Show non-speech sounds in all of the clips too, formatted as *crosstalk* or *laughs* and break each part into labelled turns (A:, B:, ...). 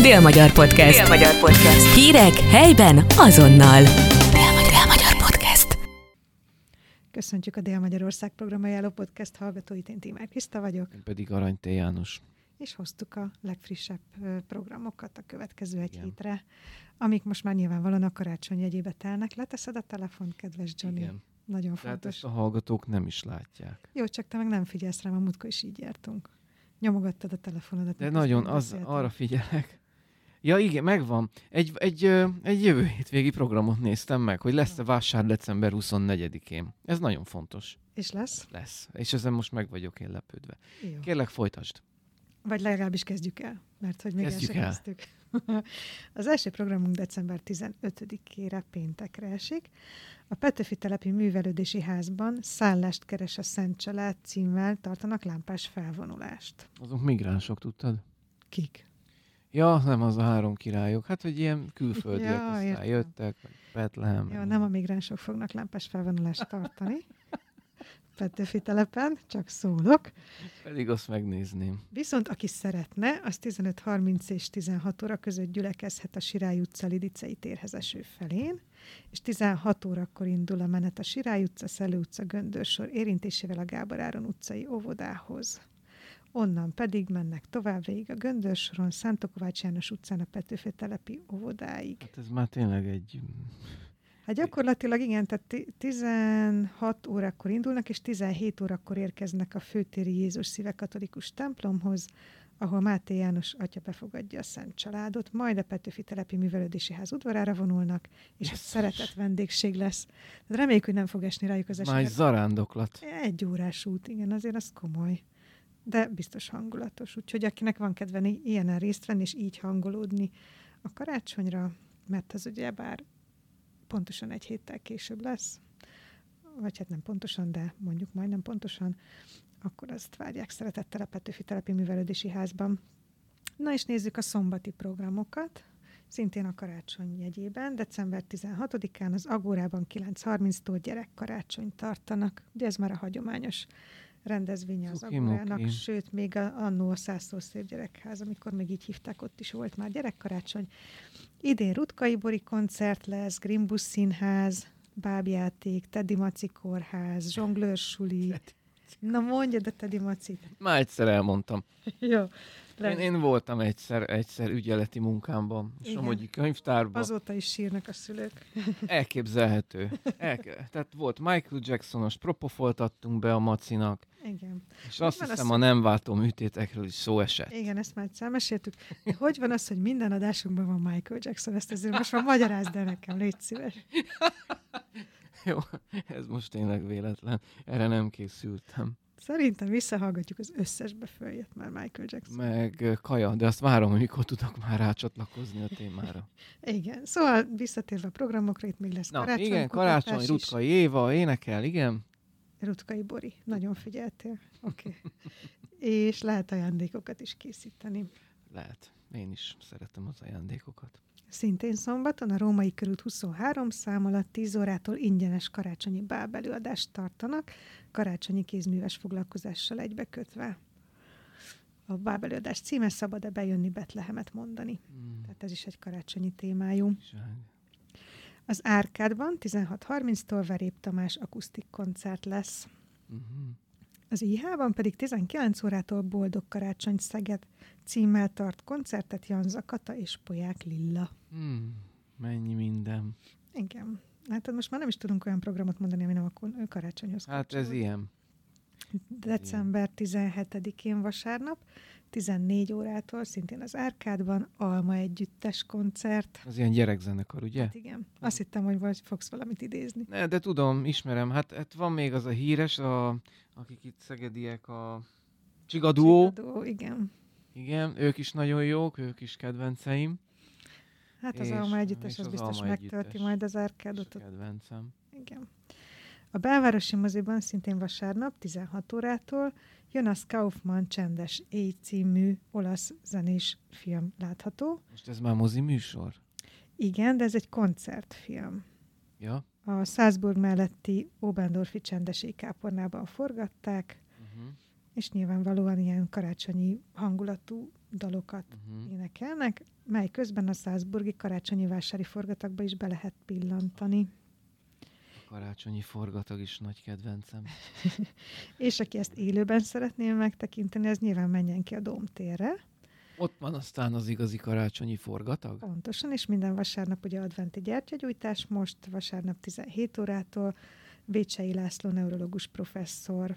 A: Dél-Magyar Podcast. Dél-Magyar Podcast. Hírek helyben azonnal. Dél-Magyar Podcast.
B: Köszöntjük a Dél-Magyarország programajánló podcast hallgatóit. Én Tímár Kriszta vagyok,
C: Én pedig Arany T. János.
B: és hoztuk a legfrissebb ö, programokat a következő egy
C: Igen.
B: hétre, amik most már nyilvánvalóan a karácsony jegyébe telnek. Leteszed a telefont, kedves Johnny.
C: Igen.
B: Nagyon
C: Tehát
B: fontos.
C: hát ezt a hallgatók nem is látják.
B: Jó, csak te meg nem figyelsz rám, a múltkor is így jártunk. Nyomogattad a telefonodat.
C: De
B: miközben
C: nagyon az,
B: beszéltünk.
C: arra figyelek. Ja, igen, megvan. Egy, egy, ö, egy jövő hétvégi programot néztem meg, hogy lesz-e vásár december 24-én. Ez nagyon fontos.
B: És lesz?
C: Lesz. És ezen most meg vagyok én lepődve.
B: Jó.
C: Kérlek, folytasd.
B: Vagy legalábbis kezdjük el, mert hogy még el
C: Kezdjük
B: sem
C: el.
B: kezdtük. *laughs* Az első programunk december 15-ére péntekre esik. A Petőfi Telepi Művelődési Házban Szállást keres a Szent Család címmel tartanak lámpás felvonulást.
C: Azok migránsok, tudtad?
B: Kik?
C: Ja, nem az a három királyok. Hát, hogy ilyen külföldiek
B: Ja,
C: aztán
B: értem.
C: jöttek, meg Betlehem.
B: Jó,
C: meg
B: nem a migránsok fognak lámpás felvonulást *laughs* tartani. Petőfi Telepen, csak szólok.
C: Pedig azt megnézném.
B: Viszont aki szeretne, az 15.30 és 16 óra között gyülekezhet a Sirály utca Lidicei térhez eső felén, és 16 órakor indul a menet a Sirály utca, Szelő utca, Göndörsor érintésével a Gábor Áron utcai óvodához. Onnan pedig mennek tovább végig a Göndörsoron, Szántokovács János utcán a Petőfi telepi óvodáig.
C: Hát ez már tényleg egy...
B: Hát gyakorlatilag igen, tehát ti- 16 órakor indulnak, és 17 órakor érkeznek a főtéri Jézus Szíve Katolikus templomhoz, ahol Máté János atya befogadja a Szent Családot, majd a Petőfi Telepi Művelődési Ház udvarára vonulnak, és yes.
C: Jézus.
B: szeretett vendégség lesz. De reméljük, hogy nem fog esni rájuk az
C: Már egy
B: eset.
C: zarándoklat.
B: Egy órás út, igen, azért az komoly. De biztos hangulatos. Úgyhogy akinek van kedve i- ilyenen részt venni, és így hangolódni a karácsonyra, mert ez ugye bár pontosan egy héttel később lesz, vagy hát nem pontosan, de mondjuk majdnem pontosan, akkor azt várják szeretettel a Petőfi Telepi Művelődési Házban. Na és nézzük a szombati programokat, szintén a karácsony jegyében. December 16-án az Agórában 9.30-tól gyerekkarácsony tartanak. Ugye ez már a hagyományos rendezvénye az
C: Cuki-muki.
B: Agórának, sőt, még a, annó a Szászló Szép Gyerekház, amikor még így hívták, ott is volt már gyerekkarácsony. Idén Rutkai Bori koncert lesz, Grimbus Színház, bábjáték, Teddy Maci kórház, zsonglőrsuli. Na mondja, de Teddy Maci.
C: Már egyszer elmondtam.
B: Jó.
C: Én, én voltam egyszer, egyszer ügyeleti munkámban,
B: Igen.
C: Somogyi könyvtárban. Azon...
B: Azóta is sírnak a szülők.
C: Elképzelhető. Elke... Tehát volt Michael Jacksonos, propofoltattunk be a macinak,
B: Igen.
C: és azt
B: van az,
C: hiszem a nem váltó műtétekről is szó esett. *laughs*
B: Igen, ezt már egyszer meséltük. De Hogy van az, hogy minden adásunkban van Michael Jackson? Ezt azért most már magyarázd el nekem, légy szíves.
C: Jó, ez most tényleg véletlen. Erre nem készültem.
B: Szerintem visszahallgatjuk az összesbe följött már Michael Jackson.
C: Meg ö, kaja, de azt várom, hogy mikor tudok már rácsatlakozni a témára.
B: Igen, szóval visszatérve a programokra, itt még lesz
C: Na,
B: karácsony.
C: igen,
B: kutatás
C: karácsony,
B: is.
C: Rutka, Éva, énekel, igen.
B: Rutkai Bori, nagyon figyeltél. Oké. Okay. És lehet ajándékokat is készíteni.
C: Lehet. Én is szeretem az ajándékokat.
B: Szintén szombaton a Római Körút 23 szám alatt 10 órától ingyenes karácsonyi bábelőadást tartanak, karácsonyi kézműves foglalkozással egybekötve. A bábelőadás címe Szabad-e bejönni Betlehemet mondani?
C: Mm,
B: Tehát ez is egy karácsonyi témájú.
C: zsák.
B: Az Árkádban 16.30-tól Verép Tamás akusztik koncert lesz.
C: Mhm.
B: Az IH-ban pedig 19 órától Boldog Karácsony Szeged címmel tart koncertet Jan Zakata és Poják Lilla.
C: Hmm, mennyi minden.
B: Igen. Hát most már nem is tudunk olyan programot mondani, ami nem a kon- karácsonyhoz
C: Hát ez
B: kapcsolódik.
C: ilyen.
B: December 17-én vasárnap, 14 órától, szintén az Árkádban, Alma együttes koncert.
C: Az ilyen gyerekzenekar, ugye?
B: Hát igen. Azt hittem, hogy vagy fogsz valamit idézni.
C: Ne, de tudom, ismerem. Hát, hát van még az a híres, a, akik itt szegediek, a Csigadó.
B: Csigadó, igen.
C: Igen, ők is nagyon jók, ők is kedvenceim.
B: Hát az
C: És-
B: Alma együttes,
C: és
B: az,
C: az
B: biztos
C: Alma
B: megtölti
C: együttes.
B: majd az
C: És
B: Árkádot.
C: a kedvencem.
B: Igen. A belvárosi moziban szintén vasárnap 16 órától jön a Kaufmann Csendes Éj című olasz zenés film látható.
C: Most ez már mozi műsor?
B: Igen, de ez egy koncertfilm.
C: Ja?
B: A Salzburg melletti Obendorfi csendesi kápornában forgatták,
C: Uh-huh.
B: és nyilvánvalóan ilyen karácsonyi hangulatú dalokat
C: Uh-huh.
B: énekelnek, mely közben a Salzburgi karácsonyi vásári forgatagba is be lehet pillantani.
C: A karácsonyi forgatag is nagy kedvencem.
B: És aki ezt élőben szeretné megtekinteni, az nyilván menjen ki a Dómtérre.
C: Ott van aztán az igazi karácsonyi forgatag?
B: Pontosan, és minden vasárnap ugye adventi gyertyagyújtás, most vasárnap 17 órától Vécsei László neurológus professzor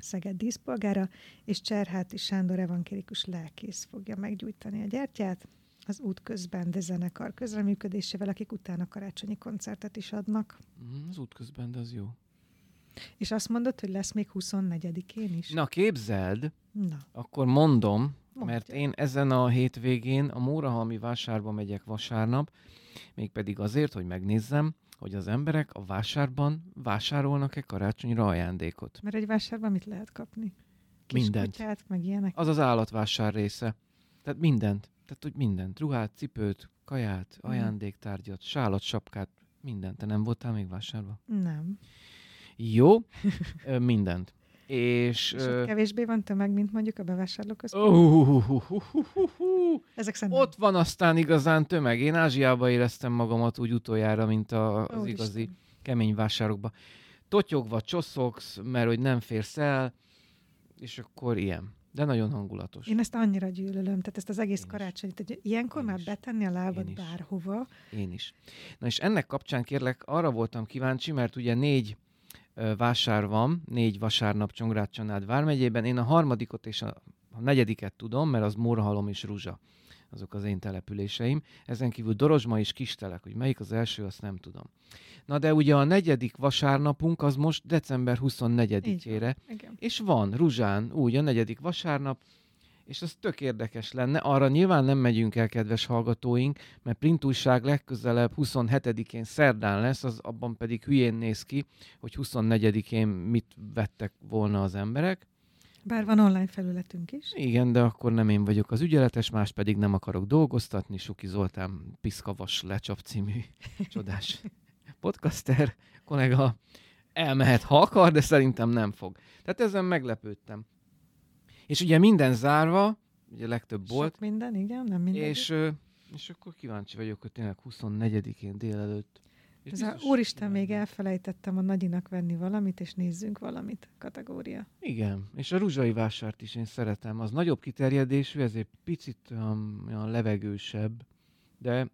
B: Szeged díszpolgára, és Cserháti Sándor evangélikus lelkész fogja meggyújtani a gyertyát az út közben, de zenekar közreműködésével, akik utána karácsonyi koncertet is adnak.
C: Mhm, Az útközben, de az jó.
B: És azt mondod, hogy lesz még 24-én is?
C: Na képzeld,
B: Na.
C: akkor mondom,
B: Mondja.
C: mert én ezen a hétvégén a Mórahalmi vásárba megyek vasárnap, mégpedig azért, hogy megnézzem, hogy az emberek a vásárban vásárolnak-e karácsonyra ajándékot.
B: Mert egy vásárban mit lehet kapni? Kis
C: Mindent.
B: Kutyát, meg ilyenek.
C: Az az állatvásár része. Tehát mindent. Tehát, hogy mindent. Ruhát, cipőt, kaját,
B: Mhm.
C: ajándéktárgyat, sálat, sapkát, mindent. Te nem voltál még vásárba?
B: Nem. *laughs*
C: Jó, Ö, mindent. És...
B: És ott
C: ö,
B: kevésbé van tömeg, mint mondjuk a bevásárlóközpontban.
C: Óhuhuhuhuhuhu.
B: Ezek szerintem
C: Ott van aztán igazán tömeg. Én Ázsiába éreztem magamat úgy utoljára, mint a, az
B: Úristen.
C: igazi kemény vásárokba. Totyogva csoszogsz, mert hogy nem férsz el, és akkor ilyen. De nagyon hangulatos.
B: Én ezt annyira gyűlölöm, tehát ezt az egész
C: Én is.
B: karácsonyt, hogy ilyenkor
C: Én
B: már
C: is.
B: betenni a
C: Én
B: lábad
C: is.
B: bárhova.
C: Én is. Na és ennek kapcsán kérlek, arra voltam kíváncsi, mert ugye négy ö, vásár van, négy vasárnap Csongrád-Csanád vármegyében. Én a harmadikot és a, a negyediket tudom, mert az Morhalom és Ruzsa. Azok az én településeim. Ezen kívül Dorozsma és Kistelek, hogy melyik az első, azt nem tudom. Na de ugye a negyedik vasárnapunk az most december 24-ére,
B: Igen.
C: és van Ruzsán, úgy a negyedik vasárnap, és az tök érdekes lenne. Arra nyilván nem megyünk el, kedves hallgatóink, mert print újság legközelebb 27-én szerdán lesz, az abban pedig hülyén néz ki, hogy 24-én mit vettek volna az emberek.
B: Bár van online felületünk is.
C: Igen, de akkor nem én vagyok az ügyeletes, más pedig nem akarok dolgoztatni. Suki Zoltán Piszkavas Lecsap
B: *laughs*
C: című csodás podcaster kollega elmehet, ha akar, de szerintem nem fog. Tehát ezen meglepődtem. És ugye minden zárva, ugye legtöbb bolt,
B: Sok minden, igen, nem minden.
C: és, ö, és akkor kíváncsi vagyok, hogy tényleg 24-én délelőtt. És
B: Ez a,
C: biztos
B: úristen, még
C: kimennek.
B: elfelejtettem a nagyinak venni valamit, és nézzünk valamit. Kategória.
C: Igen, és a ruzsai vásárt is én szeretem. Az nagyobb kiterjedésű, ezért picit um, olyan levegősebb, de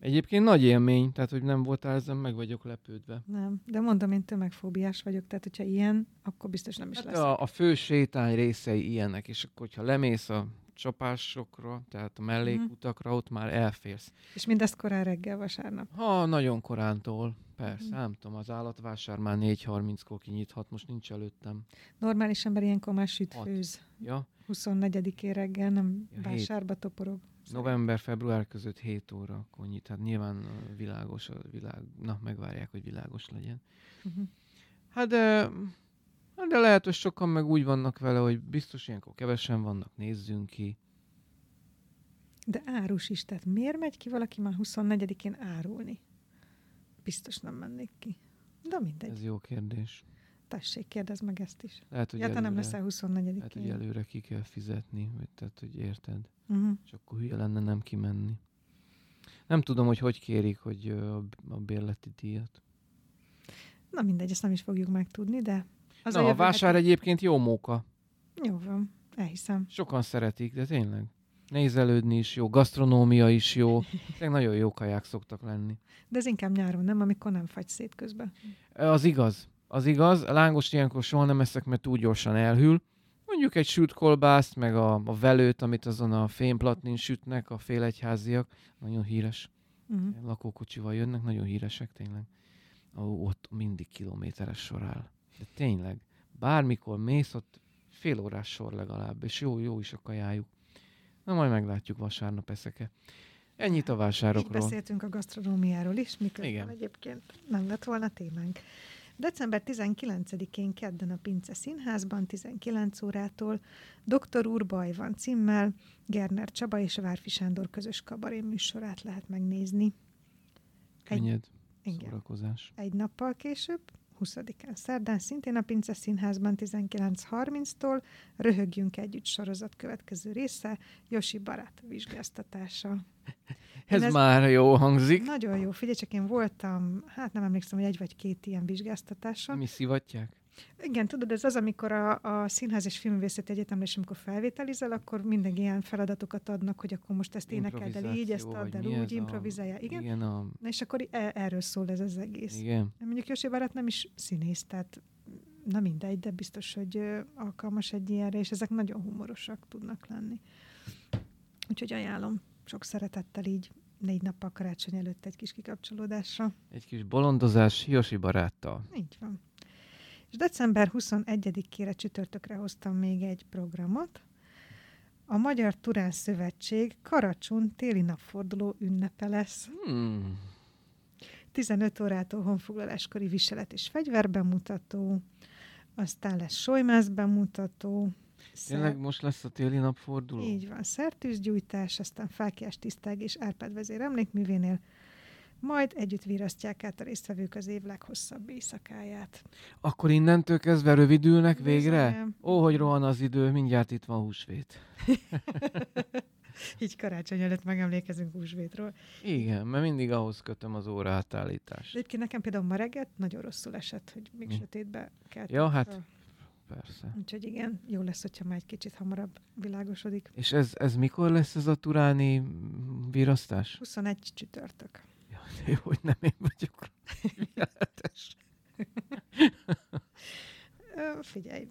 C: egyébként nagy élmény, tehát hogy nem voltál ezen, meg vagyok lepődve.
B: Nem, de mondom, én tömegfóbiás vagyok, tehát hogyha ilyen, akkor biztos nem is
C: Hát
B: lesz.
C: a, a fő sétány részei ilyenek, és akkor, hogyha lemész a csapásokra, tehát a mellékutakra, ott már elférsz.
B: És mindezt korán reggel, vasárnap.
C: Ha, nagyon korántól, persze,
B: Mhm.
C: nem tudom, az állatvásár már 4.30-kor kinyithat, most nincs előttem.
B: Normális ember ilyenkor már süt,
C: Hat.
B: főz.
C: Ja,
B: 24-én reggel nem
C: Ja, hét.
B: vásárba toporog.
C: November-február között 7 óra akkor nyit, hát nyilván ö, világos, a világ, na megvárják, hogy világos legyen.
B: Uh-huh.
C: Hát de, hát de lehet, hogy sokan meg úgy vannak vele, hogy biztos ilyenkor kevesen vannak, nézzünk ki.
B: De árus is, tehát miért megy ki valaki már 24-én árulni? Biztos nem mennék ki. De mindegy. Ez...
C: Ez Hát jó kérdés.
B: Tessék, kérdezd meg ezt is.
C: Lehet, hogy,
B: Ja, te nem
C: előre,
B: leszel 24-én.
C: lehet, hogy előre ki kell fizetni, vagy tehát, hogy érted.
B: uh-huh.
C: És akkor hülye lenne nem kimenni. Nem tudom, hogy hogy kérik, hogy ö, a b- a bérleti díjat.
B: Na mindegy, ezt nem is fogjuk megtudni, de
C: Az
B: az
C: Na, a,
B: jövő
C: vásár
B: heti-
C: egyébként jó móka.
B: Jó van, elhiszem.
C: Sokan szeretik, de tényleg. Nézelődni is jó, gasztronómia is jó. Tényleg nagyon jó kaják szoktak lenni.
B: De ez inkább nyáron, nem? Amikor nem fagy szét közben.
C: Ö, Az igaz. Az igaz. A lángost ilyenkor soha nem eszek, mert túl gyorsan elhűl. Mondjuk egy sült kolbászt, meg a, a velőt, amit azon a fényplatnin sütnek a félegyháziak. Nagyon híres.
B: Uh-huh.
C: Lakókocsival jönnek, nagyon híresek tényleg. Ó, ott mindig kilométeres sor áll. De tényleg, bármikor mész, ott fél órás sor legalább, és jó, jó is a kajájuk. Na majd meglátjuk vasárnap eszeke. Ennyit a
B: Így
C: vásárokról.
B: beszéltünk a gasztronómiáról is, miközben
C: Igen.
B: Igen. egyébként nem lett volna témánk. December 19-én kedden a Pince Színházban 19 órától Dr. úr baj van címmel Gerner Csaba és Várfi Sándor közös kabaré műsorát lehet megnézni. Egy,
C: Könnyed
B: igen,
C: Szóval. szórakozás.
B: egy nappal később, 20-án szerdán, szintén a Pince Színházban 19.30-tól Röhögjünk együtt sorozat következő része, Josi barát vizsgáztatása. ez-
C: Ez, ez már jó hangzik.
B: Nagyon jó, figyelj csak, én voltam, hát nem emlékszem, hogy egy vagy két ilyen vizsgáztatáson.
C: Mi szivatják?
B: Igen, tudod, ez az, amikor a, a Színház és Filmművészeti Egyetemre is, amikor felvételizel, akkor mindig ilyen feladatokat adnak, hogy akkor most ezt énekeld el így, ezt
C: Improvizáció,
B: add el
C: vagy mi
B: úgy,
C: ez a-
B: improvizálja. Igen?
C: Igen, a...
B: Na és akkor e- erről szól ez az egész.
C: Igen.
B: Mondjuk Jósi Barát nem is színész, tehát na mindegy, de biztos, hogy ö, alkalmas egy ilyenre, és ezek nagyon humorosak tudnak lenni. Úgyhogy ajánlom sok szeretettel így négy nappal karácsony előtt egy kis kikapcsolódásra.
C: Egy kis bolondozás Josi baráttal.
B: Így van. És december 21-ére csütörtökre hoztam még egy programot. A Magyar Turán Szövetség Karacsun téli napforduló ünnepe lesz.
C: Hmm.
B: 15 órától honfoglaláskori viselet és fegyver bemutató, aztán lesz solymász bemutató, szer-
C: Tényleg most lesz a téli napforduló?
B: így van, szertűzgyújtás, aztán fákjás tisztág és Árpád vezér emlékművénél, majd együtt virasztják át a résztvevők az év leghosszabb éjszakáját.
C: Akkor innentől kezdve rövidülnek végre?
B: Bizony.
C: Ó, hogy rohan az idő, mindjárt itt van húsvét.
B: Így karácsony előtt megemlékezünk húsvétról.
C: Igen, mert mindig ahhoz kötöm az óra átállítást.
B: Egyébként nekem például ma reggel nagyon rosszul esett, hogy még
C: Mi?
B: sötétbe kell.
C: Ja, hát persze.
B: Úgyhogy igen, jó lesz, hogyha már egy kicsit hamarabb világosodik.
C: És ez, ez mikor lesz ez a turáni mm, virasztás?
B: 21 csütörtök.
C: Ja, de jó, hogy nem én vagyok.
B: Ö, Figyelj,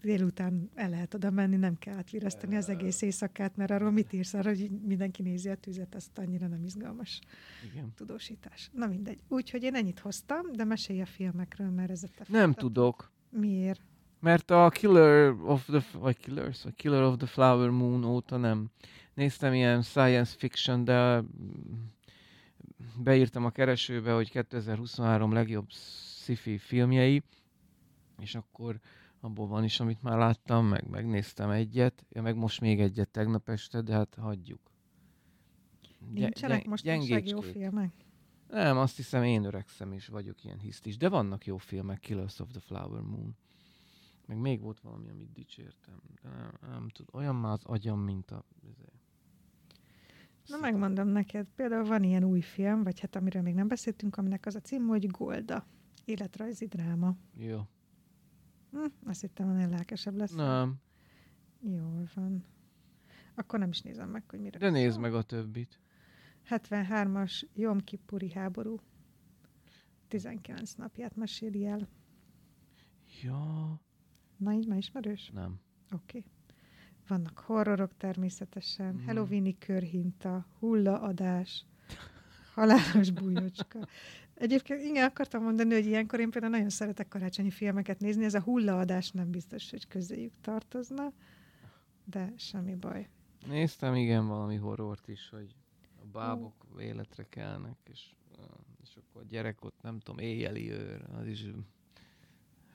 B: délután el lehet oda menni, nem kell átvirasztani az egész éjszakát, mert arról mit írsz arra, hogy így mindenki nézi a tüzet, azt annyira nem izgalmas
C: Igen.
B: tudósítás. Na mindegy. Úgyhogy én ennyit hoztam, de mesélj a filmekről, mert ez a te
C: Nem
B: feladat.
C: tudok.
B: Miért?
C: Mert a Killer of the, vagy Killers, vagy Killer of the Flower Moon óta nem néztem ilyen science fiction, de mm, beírtam a keresőbe, hogy 2023 legjobb sci-fi filmjei, és akkor abból van is, amit már láttam, meg megnéztem egyet, ja, meg most még egyet tegnap este, de hát hagyjuk. Gy-
B: Nincsenek
C: gy-
B: most mostanság jó
C: gyengécskék.
B: filmek?
C: Nem, azt hiszem én öregszem is, vagyok ilyen hisztis. De vannak jó filmek, Killers of the Flower Moon. Meg még volt valami, amit dicsértem. De nem, nem tud, olyan már az agyam, mint a... izé.
B: Na megmondom neked, például van ilyen új film, vagy hát amiről még nem beszéltünk, aminek az a cím, hogy Golda. Életrajzi dráma.
C: Jó.
B: Hm, azt hittem, annál lelkesebb lesz.
C: Nem,
B: Jól van. Akkor nem is nézem meg, hogy mire.
C: de nézd meg a többit.
B: 73-as Jom Kippuri háború 19 napját meséli el.
C: Ja,
B: Na, így már ismerős?
C: nem.
B: Oké. Okay. Vannak horrorok természetesen,
C: Mhm.
B: mm. halloweeni körhinta, hullaadás, halálos bújócska. Egyébként igen, akartam mondani, hogy ilyenkor én például nagyon szeretek karácsonyi filmeket nézni, ez a hullaadás nem biztos, hogy közéjük tartozna, de semmi baj.
C: Néztem igen valami horrort is, hogy a bábok életre kelnek, és, eh, és akkor a gyerek ott, nem tudom, éjjeli őr, az is ö,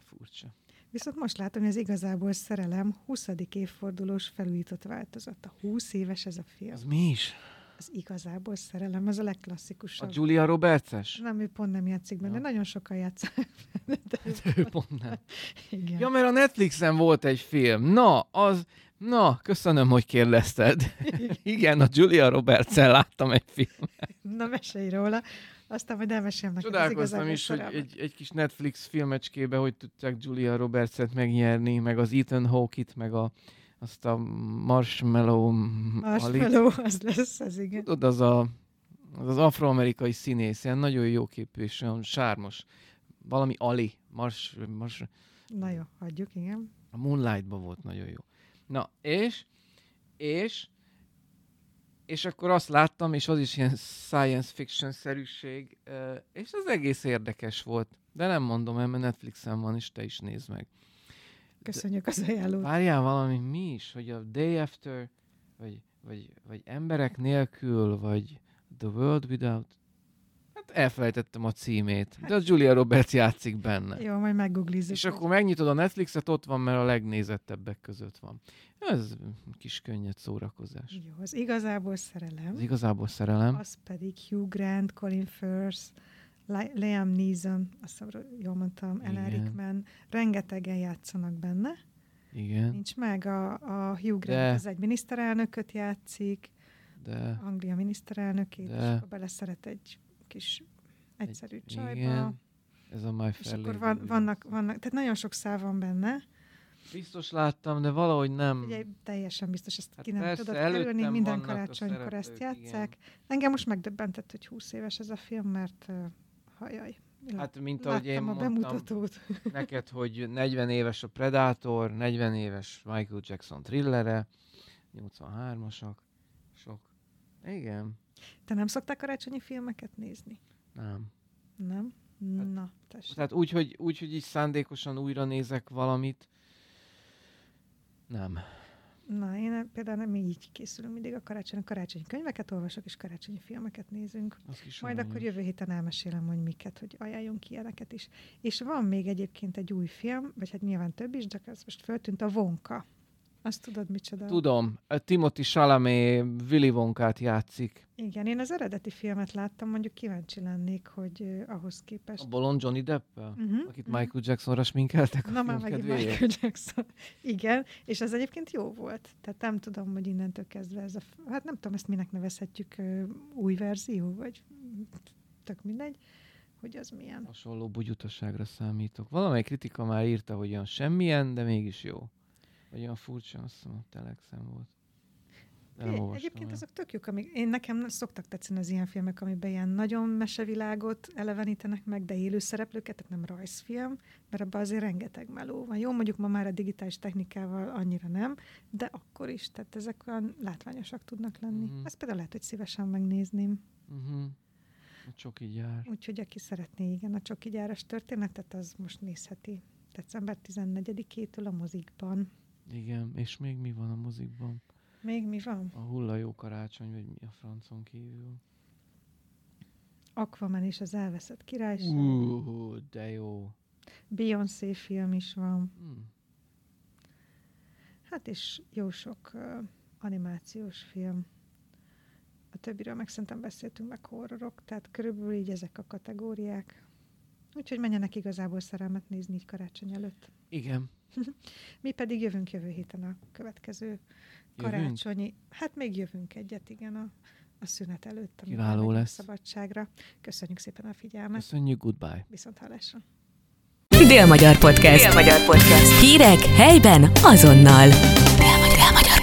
C: furcsa.
B: Viszont most látom, hogy ez igazából szerelem 20. évfordulós felújított változata. 20 éves ez a film.
C: Az mi is?
B: Az igazából szerelem, ez a
C: A
B: legklasszikusabb.
C: Julia Roberts-es?
B: nem, ő pont nem játszik benne,
C: Ja.
B: nagyon sokan játszanak benne. De ő
C: De ő *laughs* pont nem.
B: Igen.
C: Ja, mert a Netflixen volt egy film. Na, az... Na, köszönöm, hogy kérdezted. *laughs* Igen, a Julia roberts láttam egy filmet.
B: Na, mesélj róla. Aztán majd elmesélem neked az
C: Csodálkoztam
B: igazából
C: is, hogy
B: szerelmet.
C: egy, egy kis Netflix filmecskébe, hogy tudták Julia Roberts-et megnyerni, meg az Ethan Hawke-it, meg a, azt a Marshmallow... Alit.
B: Marshmallow, az lesz, az igen.
C: Tudod, az a, az, az afroamerikai színész, ilyen nagyon jó képű és olyan sármos. Valami Ali, Mars, Mars,
B: Na jó, hagyjuk, igen.
C: A Moonlight-ban volt nagyon jó. Na, és, és, és akkor azt láttam, és az is ilyen science fiction-szerűség, ö, és az egész érdekes volt. De nem mondom el, mert Netflixen van, és te is nézd meg.
B: Köszönjük az ajánlót.
C: Várjál valami, mi is, hogy a Day After, vagy, vagy, vagy Emberek nélkül, vagy The World Without... Hát elfelejtettem a címét, de a Julia Roberts játszik benne.
B: Jó, majd meggooglizzuk.
C: És akkor megnyitod a Netflixet, ott van, mert a legnézettebbek között van. Ez kis könnyed szórakozás.
B: Jó, az igazából szerelem.
C: Ez igazából szerelem.
B: az pedig Hugh Grant, Colin Firth, Liam Neeson, azt hiszem, jól mondtam, Ellen
C: Igen.
B: Rickman, rengetegen játszanak benne.
C: Igen,
B: Nincs meg, a, a Hugh
C: De.
B: Grant, az egy miniszterelnököt játszik,
C: de
B: Anglia miniszterelnökét,
C: De.
B: és akkor beleszeret egy kis egyszerű csajba.
C: igen. Ez a My
B: És
C: Fair
B: akkor
C: Lady
B: van,
C: Williams.
B: vannak, vannak, tehát nagyon sok szál van benne.
C: Biztos láttam, de valahogy nem.
B: Ugye teljesen biztos, ezt
C: Hmm. Hát
B: ki nem
C: persze,
B: tudod
C: előttem
B: kerülni, minden
C: vannak a
B: karácsonykor ezt
C: szereplők, igen.
B: játszák. Engem most megdöbbentett, hogy 20 éves ez a film, mert uh, hajaj.
C: Hát, mint ahogy
B: Láttam
C: én
B: a
C: mondtam
B: bemutatót. *laughs*
C: neked, hogy 40 éves a Predator, 40 éves Michael Jackson thrillere, 83-asak, sok. Igen,
B: Te nem szoktál karácsonyi filmeket nézni?
C: nem.
B: Nem?
C: Hát-
B: Na, tessék.
C: Tehát úgy, hogy, úgy, hogy így szándékosan újra nézek valamit, nem.
B: Na, én például nem így készülünk mindig a karácsony. Karácsonyi könyveket olvasok, és karácsonyi filmeket nézünk.
C: Az kis
B: Majd
C: aranyos.
B: akkor jövő héten elmesélem, hogy miket, hogy ajánljon ki ilyeneket is. És van még egyébként egy új film, vagy hát nyilván több is, csak ez most föltűnt, a Vonka. Azt tudod, micsoda?
C: Tudom, a Timothy Chalamet Willy Wonkát játszik.
B: Igen, én az eredeti filmet láttam, mondjuk kíváncsi lennék, hogy ö, ahhoz
C: A
B: képest...
C: bolond Johnny depp
B: Uh-huh,
C: akit Michael Jacksonra sminkeltek. a
B: Na már
C: film
B: megint
C: kedvéért.
B: Michael Jackson. Igen, és ez egyébként jó volt. Tehát nem tudom, hogy innentől kezdve ez a... f- Hát nem tudom, ezt minek nevezhetjük, ö, új verzió, vagy tök mindegy, hogy az milyen.
C: Hasonló bugyutaságra számítok. Valamely kritika már írta, hogy olyan semmilyen, de mégis jó. Vagy olyan furcsa, azt mondom, telexem volt. De nem
B: É,
C: olvastam
B: Egyébként
C: el.
B: azok tök jók, amik én nekem szoktak tetszeni az ilyen filmek, amiben ilyen nagyon mesevilágot elevenítenek meg, de élő szereplőket, tehát nem rajzfilm, mert abban azért rengeteg meló van. Jó, mondjuk ma már a digitális technikával annyira nem, de akkor is, tehát ezek olyan látványosak tudnak lenni.
C: Mhm.
B: Mm. Ezt például lehet, hogy szívesen megnézném.
C: Uh-huh. A csoki gyár.
B: Úgyhogy aki szeretné, igen, a csoki gyáras történetet, az most nézheti december 14-től a mozikban.
C: Igen, és még mi van a mozikban?
B: Még mi van?
C: A hulla jó karácsony, vagy mi a francon kívül?
B: Aquaman és az elveszett királyság, uh.
C: Ú, de jó.
B: Beyoncé film is van.
C: Hm.
B: Hát és jó sok ö, animációs film. A többiről meg szerintem beszéltünk, meg horrorok, tehát körülbelül így ezek a kategóriák. Úgyhogy menjenek igazából szerelmet nézni így karácsony előtt.
C: Igen.
B: Mi pedig jövünk jövő héten a következő
C: Jövünk?
B: karácsonyi. Hát még jövünk egyet, igen, a, a szünet előtt. amikor
C: Kiváló
B: megyünk
C: lesz.
B: Szabadságra. Köszönjük szépen a figyelmet.
C: Köszönjük, goodbye.
B: Viszont hallásra.
A: Dél-Magyar Podcast. Dél-Magyar Podcast. Hírek helyben azonnal. Dél-Magyar